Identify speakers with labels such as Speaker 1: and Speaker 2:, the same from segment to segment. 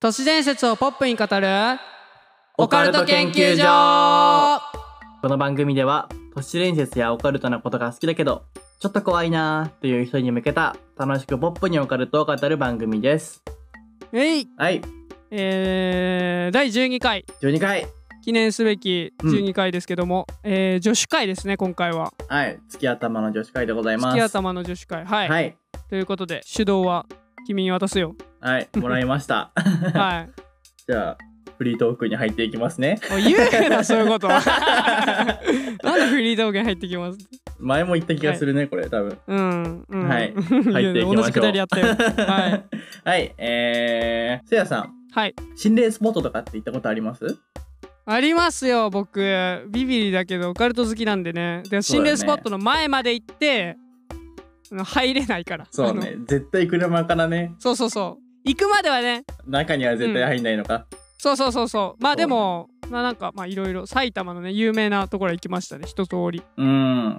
Speaker 1: 都市伝説をポップに語るオ
Speaker 2: オ
Speaker 1: カ
Speaker 2: カ
Speaker 1: ル
Speaker 2: ル
Speaker 1: ト
Speaker 2: ト
Speaker 1: 研究
Speaker 2: 研究
Speaker 1: 所
Speaker 2: 所この番組では都市伝説やオカルトなことが好きだけどちょっと怖いなーという人に向けた楽しくポップにオカルトを語る番組です
Speaker 1: えい
Speaker 2: はい
Speaker 1: えー、第12回
Speaker 2: 12回
Speaker 1: 記念すべき
Speaker 2: うん
Speaker 1: 12回ですけども、えー、女子会ですね今回は
Speaker 2: はい月頭の女子会でございます
Speaker 1: 月頭の女子会はい、
Speaker 2: はい
Speaker 1: ということで主導は君に渡す よ
Speaker 2: はいもらいました
Speaker 1: は
Speaker 2: じゃあフリートークに入っていきますね
Speaker 1: いおい言うなそういうこと なんでフリー道具に入ってきます
Speaker 2: 前も言った気がするね、これ多分
Speaker 1: うん、うん、
Speaker 2: はい入っていきましょう
Speaker 1: 同じくだりやったよ はい
Speaker 2: はいえー、せやさん
Speaker 1: はい
Speaker 2: 心霊スポットとかって行ったことあります
Speaker 1: ありますよ僕ビビリだけどオカルト好きなんでねで
Speaker 2: そ
Speaker 1: 心
Speaker 2: うだ
Speaker 1: 霊
Speaker 2: よね
Speaker 1: スポットの前まで行って、あの入れないから
Speaker 2: そう
Speaker 1: あの
Speaker 2: ね絶対車からね
Speaker 1: そうそうそう行くまではね
Speaker 2: 中には絶対入んないのか、
Speaker 1: そうそうそうそうまあ
Speaker 2: そう
Speaker 1: でもまあなんかまあいろいろ埼玉のね有名なところ行きましたね一通り
Speaker 2: うーん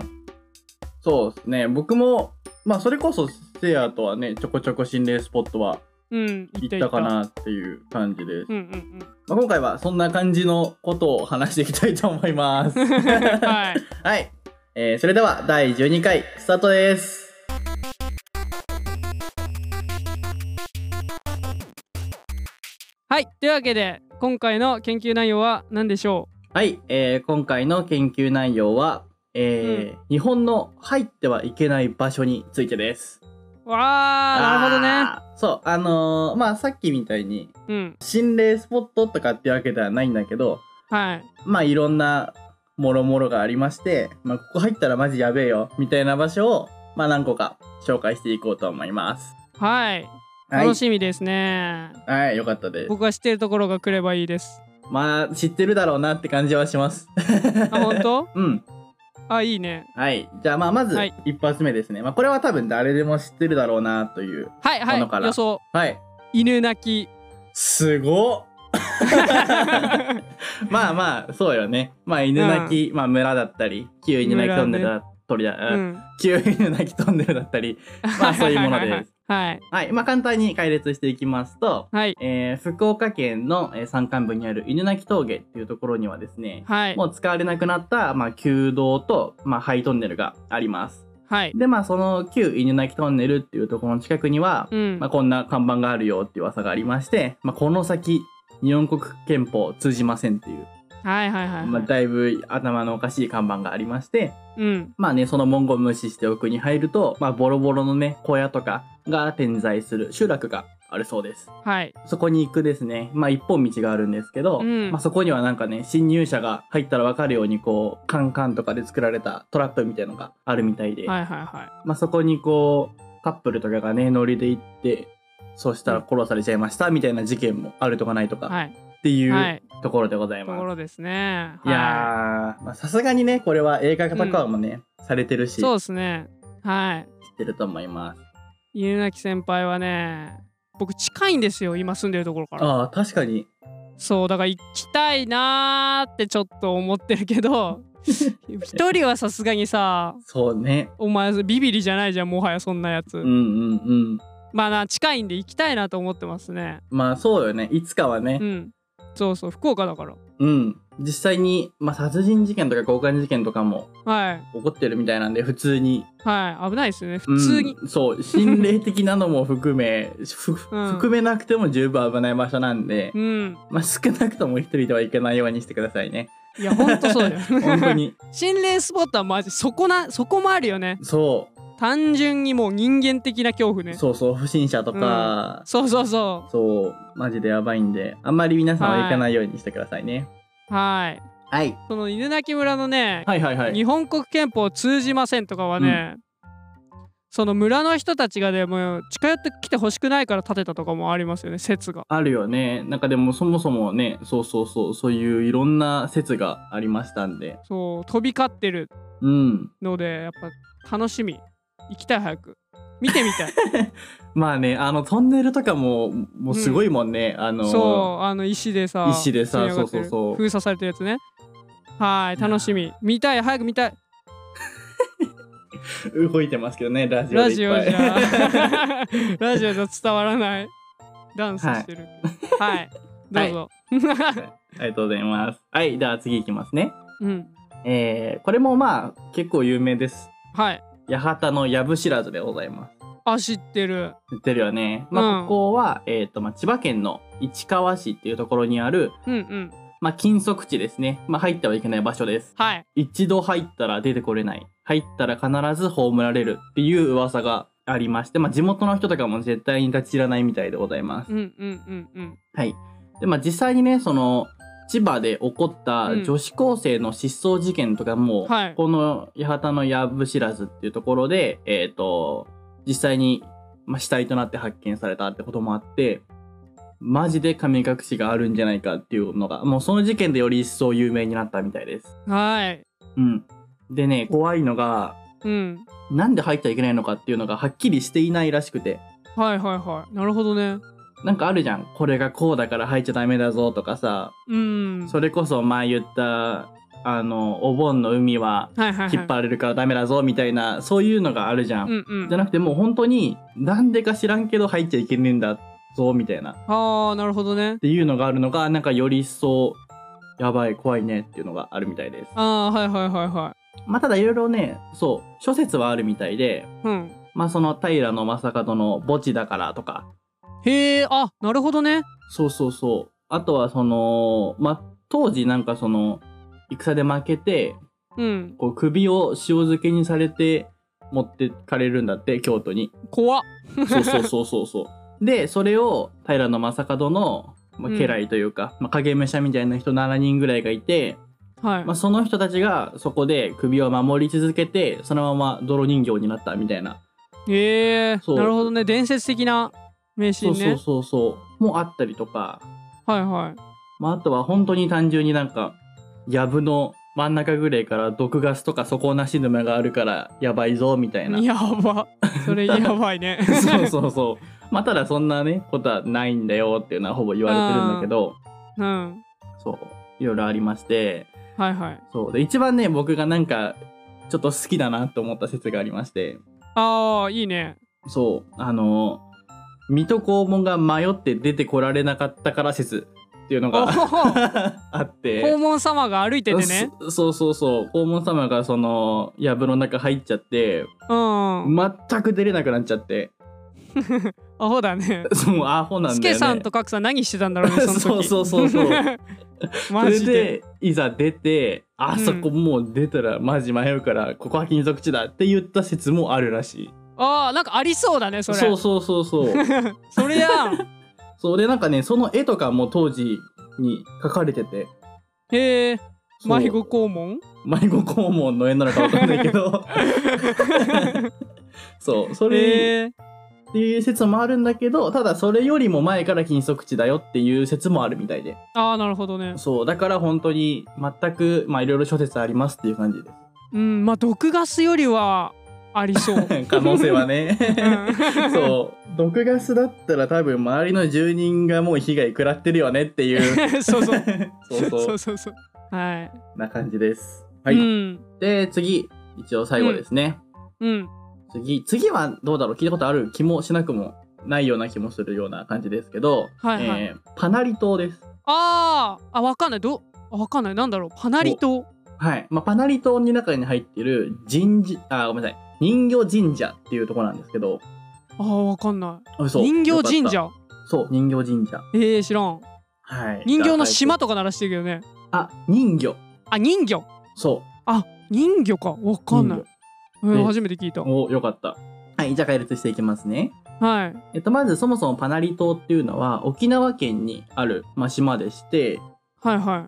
Speaker 2: そうですね僕もまあそれこそせやとはねちょこちょこ心霊スポットは
Speaker 1: うん行った行
Speaker 2: 行っ
Speaker 1: った
Speaker 2: たかなっていう感じです、
Speaker 1: うんうん
Speaker 2: まあ、今回はそんな感じのことを話していきたいと思います
Speaker 1: うん
Speaker 2: は
Speaker 1: はい
Speaker 2: い、えーそれでは第12回スタートです
Speaker 1: はいというわけで今回の研究内容は何でしょ
Speaker 2: はい、えー今回の研究内容は、えー日本の入ってはいけない場所についてです。
Speaker 1: うわあなるほどね
Speaker 2: あー。そう、あのーまあさっきみたいに
Speaker 1: うん
Speaker 2: 心霊スポットとかってわけではないんだけど、
Speaker 1: はい
Speaker 2: まあいろんなもろもろがありまして、まあここ入ったらマジやべえよみたいな場所を、まあ何個か紹介していこうと思います。
Speaker 1: はい
Speaker 2: はい
Speaker 1: 楽、しみですね、
Speaker 2: はい、よかったです。
Speaker 1: 僕が知ってるところが来ればいいです。
Speaker 2: まあ知ってるだろうなって感じはします。
Speaker 1: あ、本当
Speaker 2: うん。
Speaker 1: あ、いいね。
Speaker 2: はい。じゃあ、まあ、まず
Speaker 1: はい、
Speaker 2: 一発目ですね。まあ、これは多分誰でも知ってるだろうな、という。
Speaker 1: はいはい。
Speaker 2: このから
Speaker 1: 予想。
Speaker 2: はい。
Speaker 1: 犬鳴き。
Speaker 2: すごっまあまあ、そうよね。まあ、犬鳴き、まあ、村だったり、旧犬鳴きトンネルだ、鳥だ、
Speaker 1: う
Speaker 2: うん
Speaker 1: ん。
Speaker 2: 旧犬鳴きトンネルだったり。まあそういうものです。
Speaker 1: はい。
Speaker 2: はい。まあ、簡単に解説していきますと、
Speaker 1: はい。
Speaker 2: えー福岡県のえー山間部にある犬鳴峠っていうところにはですね、
Speaker 1: はい。
Speaker 2: もう使われなくなった、まあ、旧道と、まあ、廃トンネルがあります。
Speaker 1: はい。
Speaker 2: でまあその旧犬鳴トンネルっていうところの近くには、
Speaker 1: うん
Speaker 2: まあ、。こんな看板があるよっていう噂がありまして、まあ、この先日本国憲法通じませんっていう、
Speaker 1: はいはいはい
Speaker 2: まあ、
Speaker 1: は
Speaker 2: だいぶ頭のおかしい看板がありまして
Speaker 1: い。うん。
Speaker 2: まあねその文言を無視して奥に入ると、まあ、ボロボロのね小屋とかが点在する集落があるそうです
Speaker 1: はい。
Speaker 2: そこに行くですね、まあ、一本道があるんですけど、
Speaker 1: うん
Speaker 2: まあ、そこにはなんかね侵入者が入ったら分かるようにこうカンカンとかで作られたトラップみたいのがあるみたいで、
Speaker 1: はいはいは
Speaker 2: まあ、そこにこうカップルとかがねノリで行ってそうしたら殺されちゃいましたみたいな事件もあるとかないと
Speaker 1: い。
Speaker 2: か
Speaker 1: はい。
Speaker 2: ってい
Speaker 1: は
Speaker 2: う
Speaker 1: い。
Speaker 2: ところでござい
Speaker 1: と
Speaker 2: ます。
Speaker 1: ころですね。
Speaker 2: い、
Speaker 1: は
Speaker 2: やーまあさすがにねこれは映画化とかもね、されてるし
Speaker 1: そう
Speaker 2: 知っ
Speaker 1: ですね。はい。
Speaker 2: てると思います。
Speaker 1: 犬鳴先輩はね、僕近いんですよ。今住んでるところから。
Speaker 2: ああ確かに
Speaker 1: そう、だから行きたいなーってちょっと思ってるけ ど、一人はさすがにさ、
Speaker 2: そうね
Speaker 1: お前ビビリじゃないじゃんもはやそんなやつ、
Speaker 2: うんうんうん
Speaker 1: まあな近いんで行きたいなと思ってますね
Speaker 2: まあそうよねいつかはね
Speaker 1: う、んそうそう福岡だから
Speaker 2: うん実際に、まあ、殺人事件とか強姦事件とかも
Speaker 1: はい
Speaker 2: 起こってるみたいなんで普通に
Speaker 1: はい危ないですね普通に、
Speaker 2: うん、そう心霊的なのも含めふ
Speaker 1: うん
Speaker 2: 含めなくても十分危ない場所なんで、
Speaker 1: うん、
Speaker 2: まあ、少なくとも一人では行けないようにしてくださいね
Speaker 1: いやほんとそうだよ
Speaker 2: 本当に
Speaker 1: 心霊スポットはマジそこなそこもあるよね
Speaker 2: そ
Speaker 1: 単純にもう人間的な恐怖
Speaker 2: う
Speaker 1: ねそ
Speaker 2: そうそう不審者とか、
Speaker 1: うそうそ
Speaker 2: そうマジでやばいんであんまり皆さんは行かないようにしてくださいね、
Speaker 1: うはい
Speaker 2: はい、
Speaker 1: その犬鳴村のね、
Speaker 2: はいはいはい
Speaker 1: 日本国憲法通じませんとかはね、その村の人たちがでも近寄ってきてほしくないから建てたとかもありますよね説が
Speaker 2: あるよねなんかでもそもそもねそうそうそうそういういろんな説がありましたんで
Speaker 1: そう飛び交ってる
Speaker 2: うん
Speaker 1: のでやっぱ楽しみ行きたい早く見てみ たい
Speaker 2: まあねあのトンネルとかももうすごいもんね、あの
Speaker 1: そうあの石でさ
Speaker 2: 石で
Speaker 1: 積
Speaker 2: さ
Speaker 1: み上がってる
Speaker 2: そうそうそう
Speaker 1: 封鎖されてるやつねはい楽しみ見たい早く見たい
Speaker 2: 動いてますけどねラジオ
Speaker 1: ラ
Speaker 2: で
Speaker 1: ジ
Speaker 2: いっぱ
Speaker 1: オ じゃラ
Speaker 2: い
Speaker 1: ジオじゃ伝わらないダンスしてるけどはい、どうぞ、
Speaker 2: ありがとうございます。はい、では次いきますね。
Speaker 1: うん
Speaker 2: えー、これもまあ結構有名です。
Speaker 1: はい
Speaker 2: 八幡の藪知らずでございます。
Speaker 1: あ知ってる
Speaker 2: 知ってるよね。まあ、
Speaker 1: うん
Speaker 2: ここは、えっ、と、まあ、千葉県の市川市っていうところにある、
Speaker 1: うんうん
Speaker 2: まあ、禁足地ですね。まあ、入ってはいけない場所です。
Speaker 1: はい
Speaker 2: 一度入ったら出てこれない。入ったら必ず葬られるっていう噂がありまして、まあ、地元の人とかも絶対に立ち入らないみたいでございます。
Speaker 1: うんうんうんうん
Speaker 2: はい。で、まあ、実際にね、その、千葉で起こった女子高生の失踪事件とかも、
Speaker 1: はい
Speaker 2: この八幡のやぶ知らずっていうところで、えっ、と、実際に、まあ、死体となって発見されたってこともあって、マジで神隠しがあるんじゃないかっていうのが、もうその事件でより一層有名になったみたいです。
Speaker 1: はい
Speaker 2: うん。でね、怖いのが、
Speaker 1: うん
Speaker 2: なんで入っちゃいけないのかっていうのがはっきりしていないらしくて、
Speaker 1: はいはいはいなるほどね
Speaker 2: なんかあるじゃん。これがこうだから入っちゃダメだぞとかさ、
Speaker 1: うん
Speaker 2: それこそ前言ったあのお盆の海は
Speaker 1: はいはいはい
Speaker 2: 引っ張られるからダメだぞみたいな、そういうのがあるじゃん、
Speaker 1: うんうん
Speaker 2: じゃなくてもう本当になんでか知らんけど入っちゃいけねえんだぞみたいなっ
Speaker 1: ああなるほどね
Speaker 2: ていうのがあるのがなんかより一層やばい怖いねっていうのがあるみたいです
Speaker 1: ああーはいはいはいは
Speaker 2: まあただいろいろねそう諸説はあるみたいで
Speaker 1: いうん
Speaker 2: まあその平将門の墓地だからとか
Speaker 1: へえあなるほどね
Speaker 2: そうそうそう。あとはその、まあ、当時なんかその、戦で負けて、
Speaker 1: うん
Speaker 2: こう首を塩漬けにされて持ってかれるんだって、京都に。
Speaker 1: 怖っ
Speaker 2: そうそうそうそうそう。 で、それを平将門の、まあ、
Speaker 1: うん
Speaker 2: 家来というか、まあ、影武者みたいな人7人ぐらいがいて、
Speaker 1: はい、
Speaker 2: まあ、その人たちがそこで首を守り続けて、そのまま泥人形になったみたいな。
Speaker 1: へえ
Speaker 2: そう
Speaker 1: なるほどね伝説的な名シー
Speaker 2: そ
Speaker 1: ン
Speaker 2: う
Speaker 1: ね
Speaker 2: そうそうそう。もあったりとか、
Speaker 1: はいはい
Speaker 2: まあ、あとは本当に単純になんか、やぶの真ん中ぐらいから毒ガスとか底なし沼があるからやばいぞみたいな。
Speaker 1: やばそれやばいね
Speaker 2: そうそうそう。まあ、ただそんなね、ことはないんだよっていうのはほぼ言われてるんだけど、
Speaker 1: うん
Speaker 2: そう、いろいろありまして、
Speaker 1: はいはい
Speaker 2: そう。で、一番ね、僕がなんか、ちょっと好きだなと思った説がありまして、
Speaker 1: ああいいね
Speaker 2: そう、あの、水戸黄門が迷って出てこられなかったから説っていうの
Speaker 1: お
Speaker 2: が
Speaker 1: ー
Speaker 2: あって。
Speaker 1: 黄門様が歩いててね
Speaker 2: そそうそうそう黄門様がその藪の中入っちゃって
Speaker 1: うん、
Speaker 2: 全く出れなくなっちゃって
Speaker 1: アホだね
Speaker 2: そうアホなん
Speaker 1: ス
Speaker 2: だよ
Speaker 1: ケ
Speaker 2: ね
Speaker 1: さんとカクさん何してたんだろ うねその時
Speaker 2: そうそうそうそうそ
Speaker 1: マ
Speaker 2: れ
Speaker 1: ジで
Speaker 2: でいざ出てあそこもう出たらマジ迷うから、ここは金属地だって言った説もあるらしい
Speaker 1: ああなんかありそうだねそれ
Speaker 2: そうそうそうそう
Speaker 1: それやん
Speaker 2: そうでなんかねその絵とかも当時に描かれてて
Speaker 1: へえ
Speaker 2: そう
Speaker 1: 迷子黄門
Speaker 2: 迷子黄門の絵なのかわかんない けどそうそれ
Speaker 1: へえ
Speaker 2: っていう説もあるんだけどただそれよりも前から禁足地だよっていう説もあるみたいで
Speaker 1: ああなるほどね
Speaker 2: そうだから本当に全くまあいろいろ諸説ありますっていう感 じで
Speaker 1: うんまあ毒ガスよりはあり そう、
Speaker 2: す可能性はね
Speaker 1: うん
Speaker 2: そう毒ガスだったら多分周りの住人がもう被害食らってるよねっていう
Speaker 1: そうそう
Speaker 2: そうそう
Speaker 1: そうそうそうはい、
Speaker 2: な感じですはい、
Speaker 1: うん
Speaker 2: で次一応最後ですね、
Speaker 1: うん
Speaker 2: 次次はどうだろう聞いたことある気もしなくもないような気もするような感じですけど、
Speaker 1: はいはい
Speaker 2: えーパナリ島です
Speaker 1: あーあわかんないどあわかんないなんだろうパナリ島
Speaker 2: はい。まあ、パナリ島の中に入っている神社、あ、ごめんなさい。人形神社っていうところなんですけど、
Speaker 1: あーわかんない
Speaker 2: あそう
Speaker 1: 人形神
Speaker 2: よか
Speaker 1: 社
Speaker 2: ったそう、人形神社。
Speaker 1: えー、知らん
Speaker 2: はい。
Speaker 1: 人形の
Speaker 2: が
Speaker 1: 島とかならしてるけどね
Speaker 2: あ、人魚。
Speaker 1: あ人魚
Speaker 2: そ
Speaker 1: あ人魚かわ
Speaker 2: う。
Speaker 1: かんない
Speaker 2: 人、
Speaker 1: うん
Speaker 2: ね
Speaker 1: 初めて聞いた
Speaker 2: 魚。お、よかった。はい。じゃあ解説していきますね。
Speaker 1: はい
Speaker 2: えっと、まずそもそもパナリ島っていうのは、沖縄県にある、まあ、島でして、
Speaker 1: はいは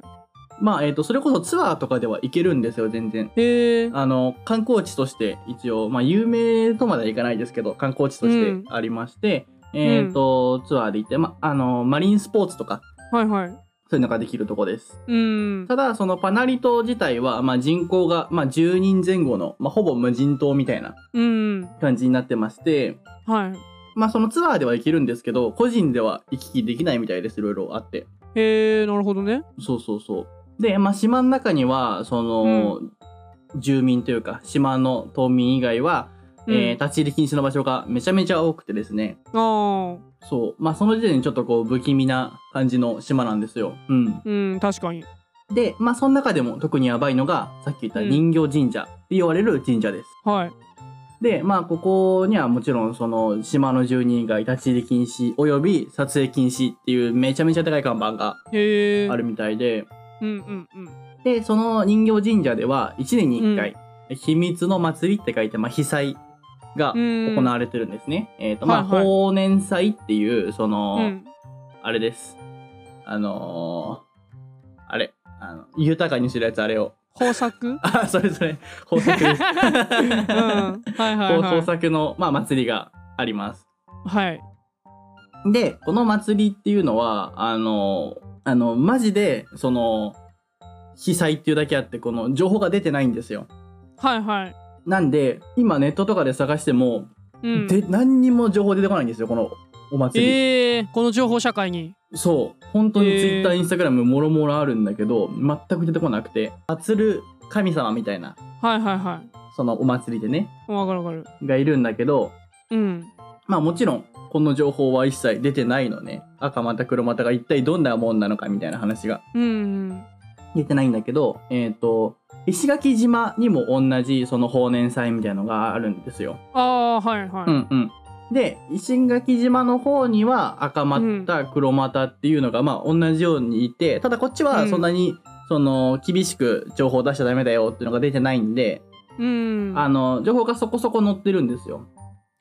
Speaker 2: まあ、えっと、それこそツアーとかでは行けるんですよ、全然。
Speaker 1: いへえ
Speaker 2: あの観光地として一応、まあ、有名とまではいかないですけど観光地としてありまして、えっ、と、ツアーで行って、ま、あのマリンスポーツとか
Speaker 1: はいはい
Speaker 2: そういうのができるとこです
Speaker 1: うん
Speaker 2: ただそのパナリ島自体は、まあ、人口が、まあ、10人前後の、まあ、ほぼ無人島みたいな
Speaker 1: うん
Speaker 2: 感じになってまして、
Speaker 1: は
Speaker 2: まあ、そのツアーでは行けるんですけど個人では行き来できないみたいですいろいろあって
Speaker 1: いへえなるほどね
Speaker 2: そうそうそうで、まあ、島の中にはその、住民というか島の島民以外は
Speaker 1: うん
Speaker 2: えー立ち入り禁止の場所がめちゃめちゃ多くてですね、
Speaker 1: ああ
Speaker 2: そう、まあその時点でちょっとこう不気味な感じの島なんですよ。うん。
Speaker 1: うん確かに
Speaker 2: で、まあその中でも特にやばいのが、さっき言った
Speaker 1: うん
Speaker 2: 人形神社って言われる神社です。
Speaker 1: はい
Speaker 2: で、まあここにはもちろんその島の住人が立ち入り禁止および撮影禁止っていうめちゃめちゃ高い看板が
Speaker 1: へえ
Speaker 2: あるみたいで、
Speaker 1: うんうんうん
Speaker 2: で、その人形神社では1年に1回、秘密の祭りって書いて、まあ、被災が行われてるんですね。えっ、と、まあ、
Speaker 1: はいはい
Speaker 2: 法年祭っていう、その、
Speaker 1: うん
Speaker 2: あれです。あのーあれ、あの、豊かにするやつあれを。
Speaker 1: 豊 作
Speaker 2: あ、それそれ、豊作です。
Speaker 1: うんはいはいは
Speaker 2: 豊
Speaker 1: い
Speaker 2: 作の、まあ、祭りがあります。
Speaker 1: はい
Speaker 2: で、この祭りっていうのは、あのーあの、マジで、その、被災っていうだけあって、この情報が出てないんですよ。
Speaker 1: はいはい
Speaker 2: なんで今ネットとかで探しても、
Speaker 1: うん
Speaker 2: で何にも情報出てこないんですよこのお祭り、
Speaker 1: えー、この情報社会に
Speaker 2: そう本当に
Speaker 1: えー
Speaker 2: Twitter、Instagram もろもろあるんだけど全く出てこなくて祭る神様みたいな
Speaker 1: はいはいはい
Speaker 2: そのお祭りでね
Speaker 1: わかるわかる
Speaker 2: がいるんだけど
Speaker 1: うん
Speaker 2: まあもちろんこの情報は一切出てないのね赤股黒股が一体どんなもんなのかみたいな話が
Speaker 1: うんうん
Speaker 2: 出てないんだけどえっ、と石垣島にも同じその法年祭みたいなのがあるんですよ
Speaker 1: ああーはいはい、
Speaker 2: うんうん、で石垣島の方には赤股、黒股っていうのがまあ同じようにいてただこっちはそんなに、その厳しく情報を出しちゃダメだよっていうのが出てないんで、
Speaker 1: うん
Speaker 2: あ
Speaker 1: はい
Speaker 2: の情報がそこそこ載ってるんですよ。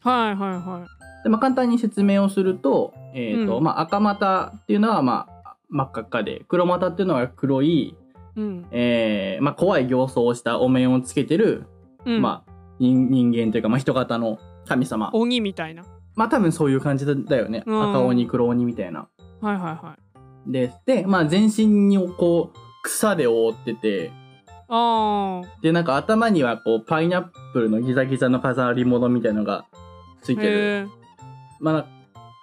Speaker 1: はいは
Speaker 2: でまあ、簡単に説明をすると,、えーと
Speaker 1: うん
Speaker 2: まあ、赤股っていうのは、まあ、真っ赤っかで黒股っていうのは黒い、
Speaker 1: いうん、
Speaker 2: えーまあ、怖い形相をしたお面をつけてる、
Speaker 1: うん、
Speaker 2: まあ、人人間というか、まあ、人型の神様
Speaker 1: 鬼みたいな
Speaker 2: まあ多分そういう感じだよね。
Speaker 1: うん
Speaker 2: 赤鬼、黒鬼みたいな。
Speaker 1: はいはいはい
Speaker 2: で、で、まあ全身をこう、草で覆ってて、
Speaker 1: あ
Speaker 2: で、なんか頭にはこう、パイナップルのギザギザの飾り物みたいのがつい
Speaker 1: あ
Speaker 2: てる。
Speaker 1: へえ
Speaker 2: まあ、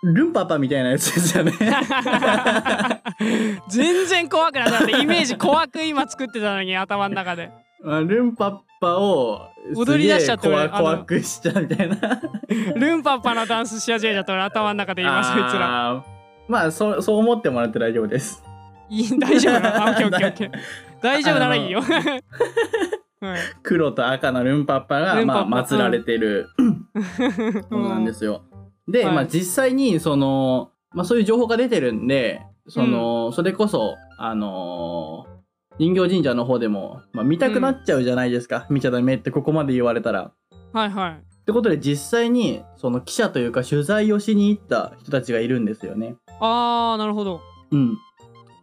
Speaker 2: ルンパパみたいなやつです よね。
Speaker 1: 全然怖くなかったイメージ怖く今作ってたのに頭の中で
Speaker 2: まあルンパパを、
Speaker 1: 踊り出しちゃって
Speaker 2: すげえ
Speaker 1: 俺
Speaker 2: 怖
Speaker 1: あの
Speaker 2: 怖くしちゃうみたいな。
Speaker 1: ルンパンパのダンスし始めちゃった俺頭の中で今そいつら
Speaker 2: あーまあそ、そう思ってもらって大丈夫です。
Speaker 1: いい大丈夫なのあオッケーオッケーオッケ ー大丈夫ならいいよ、はい、
Speaker 2: 黒と赤のルンパッパが、
Speaker 1: ルンパッパ
Speaker 2: まあ、祀られてる。そうなんですすよ。で、
Speaker 1: はい
Speaker 2: まあ実際にその、まあ、そういう情報が出てるんでその、それこそあのー人形神社の方でも、まあ、見たくなっちゃうじゃないですか、見ちゃダメってここまで言われたら。
Speaker 1: はいはい
Speaker 2: ってことで実際にその記者というか取材をしに行った人たちがいるんですよね。
Speaker 1: あーなるほど
Speaker 2: うん、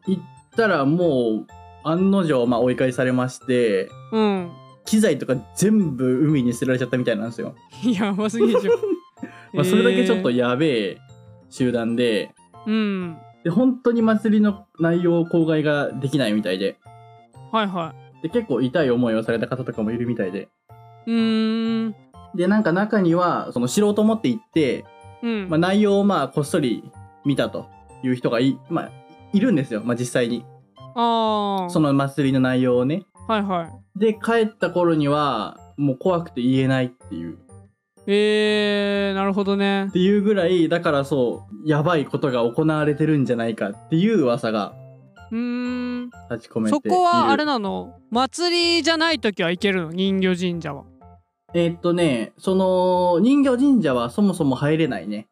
Speaker 2: 行ったらもう案の定、まあ、追い返されまして
Speaker 1: うん
Speaker 2: 機材とか全部海に捨てられちゃったみたいなんですよ。
Speaker 1: やばすぎでしょ
Speaker 2: まあ、それだけちょっと
Speaker 1: えー
Speaker 2: やべえ集団で。
Speaker 1: うん
Speaker 2: で本当に祭りの内容を公害ができないみたいで
Speaker 1: はいはい
Speaker 2: で結構痛い思いをされた方とかもいるみたいで
Speaker 1: うーん
Speaker 2: でなんか中にはその知ろうと思って行って、
Speaker 1: うん、
Speaker 2: まあ、内容をまあこっそり見たという人がい,、まあ、いるんですよ、まあ、実際に
Speaker 1: あー
Speaker 2: その祭りの内容をね
Speaker 1: はいはい
Speaker 2: で帰った頃にはもう怖くて言えないっていう
Speaker 1: えー、なるほどね
Speaker 2: っていうぐらいだからそうやばいことが行われてるんじゃないかっていう噂が
Speaker 1: うーん
Speaker 2: 立ち込めてい
Speaker 1: そ
Speaker 2: る
Speaker 1: こはあれなの祭りじゃない時は行けるの人魚神社は
Speaker 2: えーっとねその人形神社はそもそも入れないね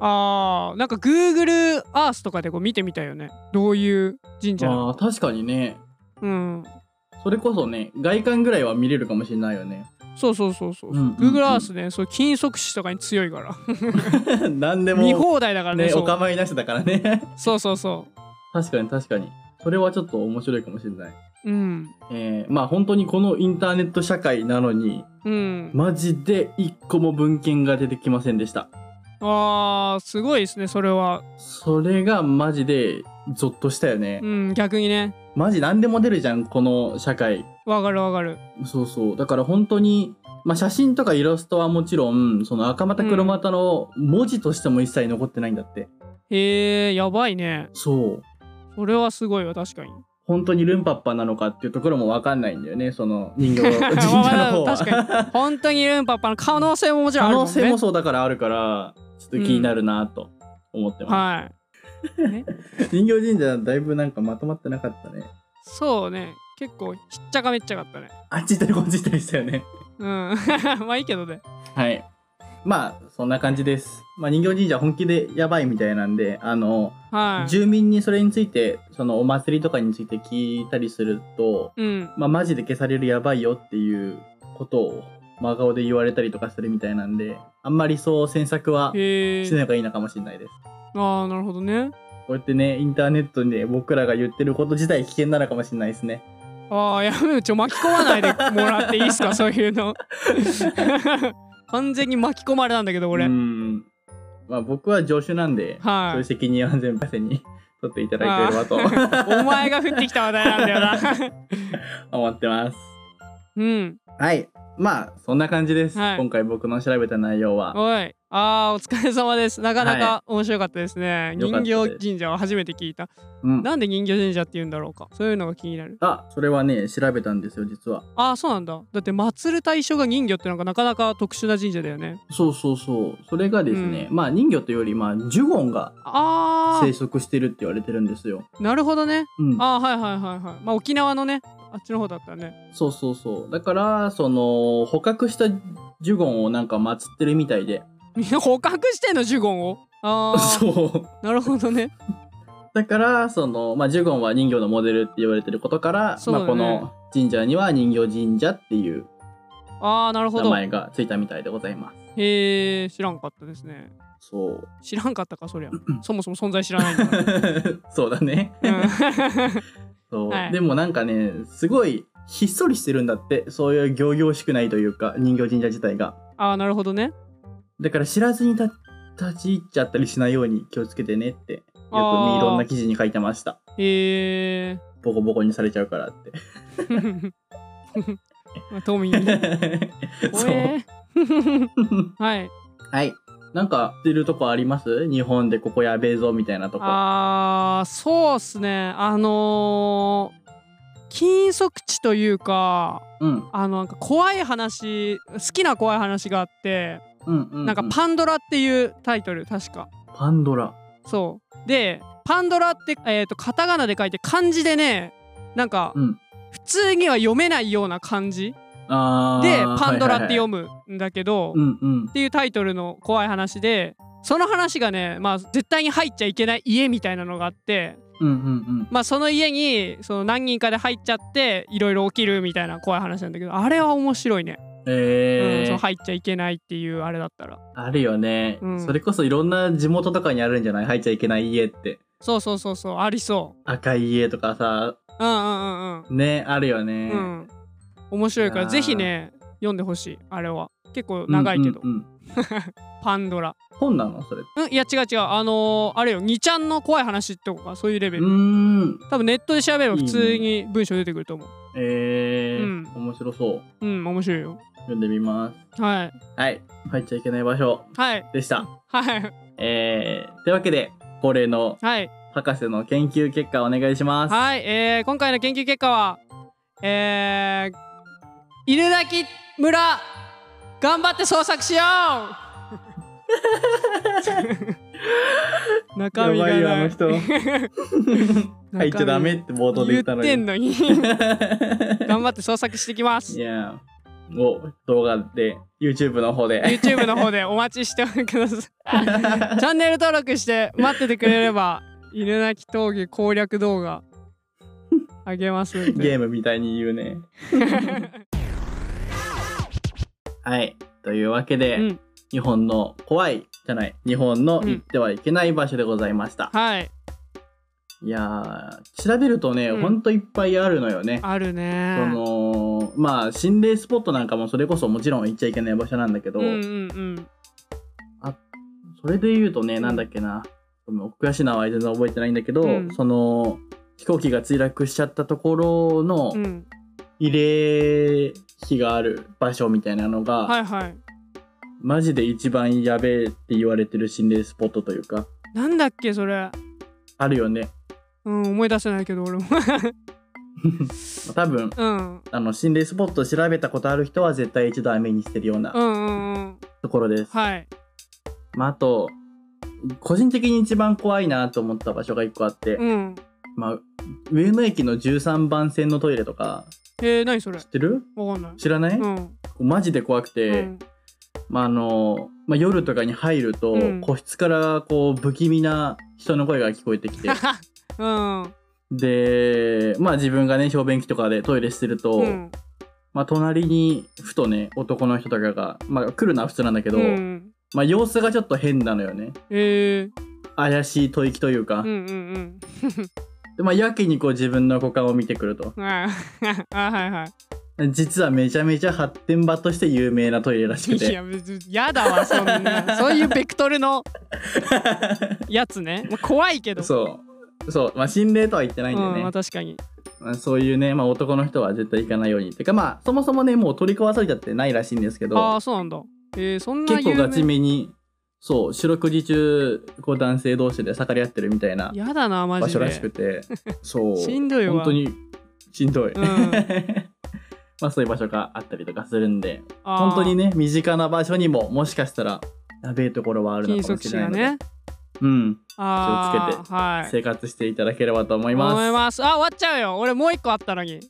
Speaker 1: あーなんか Google Earth とかでこう見てみたいよねどういう神社なの
Speaker 2: ああ確かにね
Speaker 1: うん
Speaker 2: それこそね外観ぐらいは見れるかもしれないよね
Speaker 1: そうそうそうそう,、
Speaker 2: うんうんうん
Speaker 1: Google Earth ねそう金属子とかに強いから
Speaker 2: 何で
Speaker 1: 見
Speaker 2: も
Speaker 1: 放題だからね
Speaker 2: ね
Speaker 1: そ
Speaker 2: お
Speaker 1: う
Speaker 2: 構いなしだからね
Speaker 1: そうそうそ
Speaker 2: 確かに確かにそれはちょっと面白いかもしれない
Speaker 1: うんうん
Speaker 2: えー、まあ本当にこのインターネット社会なのに
Speaker 1: うん、
Speaker 2: マジで一個も文献が出てきませんでした
Speaker 1: あーすごいですねそれは、
Speaker 2: それがマジでゾッとしたよね
Speaker 1: うん、逆にね
Speaker 2: マジ何でも出るじゃんこの社会
Speaker 1: わかるわかる
Speaker 2: そうそうだから本当にまあ写真とかイラストはもちろんその赤股黒股の文字としても一切残ってないんだって、
Speaker 1: へえやばいね
Speaker 2: そう
Speaker 1: それはすごいわ確かに
Speaker 2: 本当にルンパッパなのかっていうところもわかんないんだよね、その人 形
Speaker 1: まあ
Speaker 2: 神社の方は。
Speaker 1: 確かに本当にルンパッパの可能性ももちろん
Speaker 2: 可
Speaker 1: あるもん
Speaker 2: 能
Speaker 1: ね
Speaker 2: 性もそうだからあるから、ちょっと気になるなと思ってま
Speaker 1: はい、ね、
Speaker 2: す。人形神社だいぶなんかまとまってなかったね。
Speaker 1: そうね結構ひっちゃかめっちゃかったね
Speaker 2: あっち行ったりこっち行ったりしたよね。
Speaker 1: うん まあいいけどね
Speaker 2: はい。まあ、そんな感じです。まあ、人形神社本気でやばいみたいなんで、あの、
Speaker 1: はい
Speaker 2: 住民にそれについて、そのお祭りとかについて聞いたりすると、
Speaker 1: うん
Speaker 2: まあ、マジで消されるやばいよっていうことを真顔で言われたりとかするみたいなんで、あんまりそう詮索は
Speaker 1: へ
Speaker 2: しない
Speaker 1: え
Speaker 2: 方がいいのかもしれないです。
Speaker 1: ああなるほどね
Speaker 2: こうやってね、インターネットで僕らが言ってること自体危険なのかもしれないですね。
Speaker 1: ああやめよちょ巻き込ま ないでもらっていいっすかそういうの完全に巻き込まれたんだけど俺、
Speaker 2: うん。まあ僕は助手なんで、そう
Speaker 1: は
Speaker 2: いう
Speaker 1: い
Speaker 2: 責任は全部せに取っていただければと
Speaker 1: お前が降ってきた話題なんだよな
Speaker 2: 思ってます。
Speaker 1: うん
Speaker 2: はい。まあそんな感じです。
Speaker 1: はい
Speaker 2: 今回僕の調べた内容は。
Speaker 1: おいあーお疲れ様ですなかなか面白かったですね、
Speaker 2: よかった
Speaker 1: 人
Speaker 2: です
Speaker 1: 形神社は初めて聞いた
Speaker 2: うん。
Speaker 1: なんで人形神社って言うんだろうかそういうのが気になる
Speaker 2: あ、それはね、調べたんですよ、実は。
Speaker 1: あーそうなんだだって祀る対象が人魚ってなんかなかなか特殊な神社だよね
Speaker 2: そうそうそう。それがですね、まあ人魚というより、まあジュゴンが
Speaker 1: あ
Speaker 2: 生息してるって言われてるんですよ。
Speaker 1: ーなるほどね
Speaker 2: うん。
Speaker 1: あーはいはいはいはいまあ沖縄のねあっちの方だったね
Speaker 2: そうそうそう。だから、その、捕獲したジュゴンをなんか祀ってるみたいで。
Speaker 1: みんな捕獲してんのジュゴンをあー
Speaker 2: そう。
Speaker 1: なるほどね
Speaker 2: だから、その、まあ、ジュゴンは人魚のモデルって言われてることから、
Speaker 1: そう
Speaker 2: ま
Speaker 1: だ
Speaker 2: あ、
Speaker 1: ね
Speaker 2: この神社には人魚神社っていう
Speaker 1: あーなるほ
Speaker 2: 名
Speaker 1: ど
Speaker 2: 前がついたみたいでございま
Speaker 1: へえ知らんかったですね
Speaker 2: す。そう。
Speaker 1: 知らんかったかそりゃそもそも存在知らないんだから、
Speaker 2: そうだね。
Speaker 1: うん、
Speaker 2: そう、
Speaker 1: はい
Speaker 2: でもなんかね、すごいひっそりしてるんだって、そういう行々しくないというか、人魚神社自体が。
Speaker 1: あーなるほどね
Speaker 2: だから知らずに立立ち入っちゃったりしないように気をつけてねって、よくい
Speaker 1: あー
Speaker 2: ろんな記事に書いてました。
Speaker 1: へえ
Speaker 2: ボコボコにされちゃうか らって。
Speaker 1: まあ、トミー に。おえ
Speaker 2: そう。
Speaker 1: はい。
Speaker 2: はい。なんか、知ってるとこあります日本でここやべえぞみたいなとこ。
Speaker 1: あーそうっすね。あのー禁足地というか、
Speaker 2: うん。
Speaker 1: あのなんか怖い話、好きな怖い話があって、
Speaker 2: うんうん、うん。
Speaker 1: なんかパンドラっていうタイトル確か。
Speaker 2: パンドラ。
Speaker 1: そう。で、パンドラってえっ、とカタカナで書いて漢字でね、なんか
Speaker 2: うん。
Speaker 1: 普通には読めないような漢字
Speaker 2: あー
Speaker 1: でパンドラって読
Speaker 2: む。
Speaker 1: むんだけど、
Speaker 2: うんうん
Speaker 1: っ。ていうタイトルの怖い話でその話がね、まあ、絶対に入っちゃいけない家みたいなのがあって、
Speaker 2: うんうん
Speaker 1: まあ、その家にその何人かで入っちゃっていろいろ起きるみたいな怖い話なんだけどあれは面白いね、
Speaker 2: うん。
Speaker 1: う
Speaker 2: え
Speaker 1: ん、
Speaker 2: ー
Speaker 1: その入っちゃいけないっていうあれだったら
Speaker 2: あるよね、
Speaker 1: うん
Speaker 2: それこそいろんな地元とかにあるんじゃない入っちゃいけない家って。
Speaker 1: そうそうそうそうありそ
Speaker 2: 赤い家とかさ、
Speaker 1: ううんうんうん
Speaker 2: ね、あるよね。
Speaker 1: うん、うん、面白いから
Speaker 2: いやー
Speaker 1: ぜひね読んでほしいあれは結構長いけど、
Speaker 2: うんうんうん
Speaker 1: パンドラ
Speaker 2: 本なのそれ。
Speaker 1: うんいや違う違うあのーあれよ2ちゃんの怖い話とかそういうレベ
Speaker 2: う
Speaker 1: ル
Speaker 2: ーん。
Speaker 1: 多分ネットで調べれば普通に文章出てくると思う
Speaker 2: えー
Speaker 1: うん
Speaker 2: 面白そう。
Speaker 1: うん、面白いよ。
Speaker 2: 読んでみます。
Speaker 1: はい。
Speaker 2: はい。入っちゃいけない場所
Speaker 1: はい。
Speaker 2: でした。
Speaker 1: はい。
Speaker 2: えー、というわけで、恒例の
Speaker 1: はい。
Speaker 2: 博士の研究結果お願いします。
Speaker 1: はい。えー、今回の研究結果は、えー、犬鳴村、頑張って捜索しよ う中身がない
Speaker 2: やばい よあの人入っちゃダメって冒頭で
Speaker 1: 言
Speaker 2: 言った
Speaker 1: っ
Speaker 2: の
Speaker 1: て
Speaker 2: に。
Speaker 1: んのに頑張って捜索してきま
Speaker 2: い
Speaker 1: す
Speaker 2: やーを動画で YouTube の 方で
Speaker 1: YouTube の方でお待ちしてくだ さいチャンネル登録して待っててくれれば犬鳴峠攻略動画あげますん
Speaker 2: ゲ
Speaker 1: で
Speaker 2: ームみたいに言う ね。はい。というわけで、
Speaker 1: うん
Speaker 2: 日本の怖いじゃない日本の行ってはいけない場所でございました。
Speaker 1: はい
Speaker 2: いやー調べるとね、
Speaker 1: うん
Speaker 2: ほんといっぱいあるのよね。
Speaker 1: ある
Speaker 2: そ
Speaker 1: ね
Speaker 2: のまあ心霊スポットなんかもそれこそもちろん行っちゃいけない場所なんだけど、
Speaker 1: うんうんうん
Speaker 2: それで言うとね、なんだっけな、もう悔しいのは全然覚えてないんだけど、
Speaker 1: うん
Speaker 2: その、飛行機が墜落しちゃったところの
Speaker 1: うん
Speaker 2: 慰霊碑がある場所みたいなのが、
Speaker 1: はいはい
Speaker 2: マジで一番やべえって言われてる心霊スポットというか、
Speaker 1: なんだっけそれ
Speaker 2: あるよね。
Speaker 1: うん思い出せないけど俺も
Speaker 2: 多分
Speaker 1: うん
Speaker 2: あの心霊スポットを調べたことある人は絶対一度は目にしてるよう
Speaker 1: う
Speaker 2: なん
Speaker 1: うんうん
Speaker 2: ところです、
Speaker 1: はい
Speaker 2: まあ、あと個人的に一番怖いなと思った場所が一個あって、
Speaker 1: うん
Speaker 2: まあ、上野駅の13番線のトイレとか
Speaker 1: えー、何それ
Speaker 2: 知ってる
Speaker 1: わかんない
Speaker 2: 知らない、
Speaker 1: うん
Speaker 2: マジで怖く
Speaker 1: う
Speaker 2: て、
Speaker 1: ん
Speaker 2: まああのまあ、夜とかに入ると、
Speaker 1: うん
Speaker 2: 個室からこう不気味な人の声が聞こえて きて
Speaker 1: うん
Speaker 2: で、まあ、自分がね小便器とかでトイレしてると、
Speaker 1: うん
Speaker 2: まあ、隣にふとね男の人とかが、まあ、来るのは普通なんだけど、
Speaker 1: うん
Speaker 2: まあ、様子がちょっと変なのよね
Speaker 1: えー、
Speaker 2: 怪しい吐息というか、
Speaker 1: うんうんうん
Speaker 2: でまあ、やけにこう自分の股間を見てくる と
Speaker 1: あーあはいはい
Speaker 2: 実はめちゃめちゃ発展場として有名なトイレらしく
Speaker 1: い
Speaker 2: て
Speaker 1: や別にやだわそんなそういうベクトル のやつね、まあ、怖いけど
Speaker 2: そうそう、まあ、心霊とは言ってないんだよ
Speaker 1: うん
Speaker 2: ね
Speaker 1: まあ、、確かに
Speaker 2: まあそういうね、まあ、男の人は絶対行かないようにてかまあそもそもねもう取り壊されちゃってないらしいんですけ
Speaker 1: あ
Speaker 2: ど
Speaker 1: あそうなんだえー、そんな
Speaker 2: 結構
Speaker 1: 有名
Speaker 2: ガチめにそう四六時中こう男性同士で盛り合ってるみたいな
Speaker 1: やだなマ
Speaker 2: 場
Speaker 1: ジで
Speaker 2: 所らし くてそう
Speaker 1: しんどいわ
Speaker 2: 本当にしんどい、
Speaker 1: うん
Speaker 2: まあそういう場所があったりとかするんで
Speaker 1: あー
Speaker 2: 本当にね身近な場所にももしかしたらやべえところはあるの
Speaker 1: 金
Speaker 2: かも
Speaker 1: 属
Speaker 2: し
Speaker 1: 質
Speaker 2: れない
Speaker 1: が
Speaker 2: ので、
Speaker 1: ね
Speaker 2: うん、
Speaker 1: あ
Speaker 2: 気をつけ
Speaker 1: てはい
Speaker 2: 生活していただければと思います
Speaker 1: 思いますあ終わっちゃうよ俺もう一個あったのに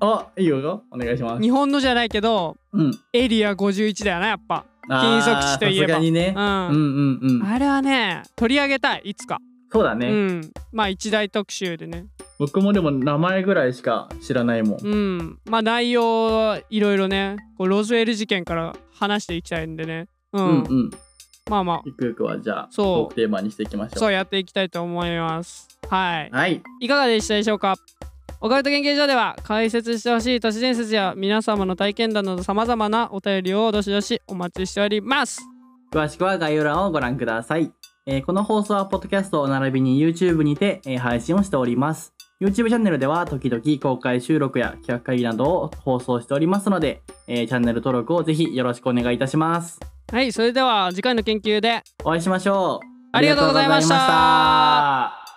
Speaker 2: あいいよお願いします
Speaker 1: 日本のじゃないけど
Speaker 2: うん
Speaker 1: エリア51だよなやっぱ
Speaker 2: あー
Speaker 1: 金属地といえば
Speaker 2: さすがにね、
Speaker 1: うん
Speaker 2: うんうんうん
Speaker 1: あれはね取り上げたいいつか、
Speaker 2: そうだね、
Speaker 1: うんまあ一大特集でね
Speaker 2: 僕もでも名前ぐらいしか知らないもん、
Speaker 1: うんまあ内容はいろいろねこうロズウェル事件から話していきたいんでねうん、
Speaker 2: うんうん
Speaker 1: まあまあ
Speaker 2: ゆくゆくはじゃあ
Speaker 1: そう
Speaker 2: トークテーマにしていきましょう
Speaker 1: そうやっていきたいと思いますはい
Speaker 2: はい
Speaker 1: いかがでしたでしょうかオカルト研究所では解説してほしい都市伝説や皆様の体験談など様々なお便りをどしどしお待ちしております
Speaker 2: 詳しくは概要欄をご覧ください、えーこの放送はポッドキャストを並びに YouTube にて、えー配信をしております YouTube チャンネルでは時々公開収録や企画会議などを放送しておりますので、えーチャンネル登録をぜひよろしくお願いいたします
Speaker 1: はいそれでは次回の研究で
Speaker 2: お会いしましょう
Speaker 1: ありがとうございました
Speaker 2: ありがとうございました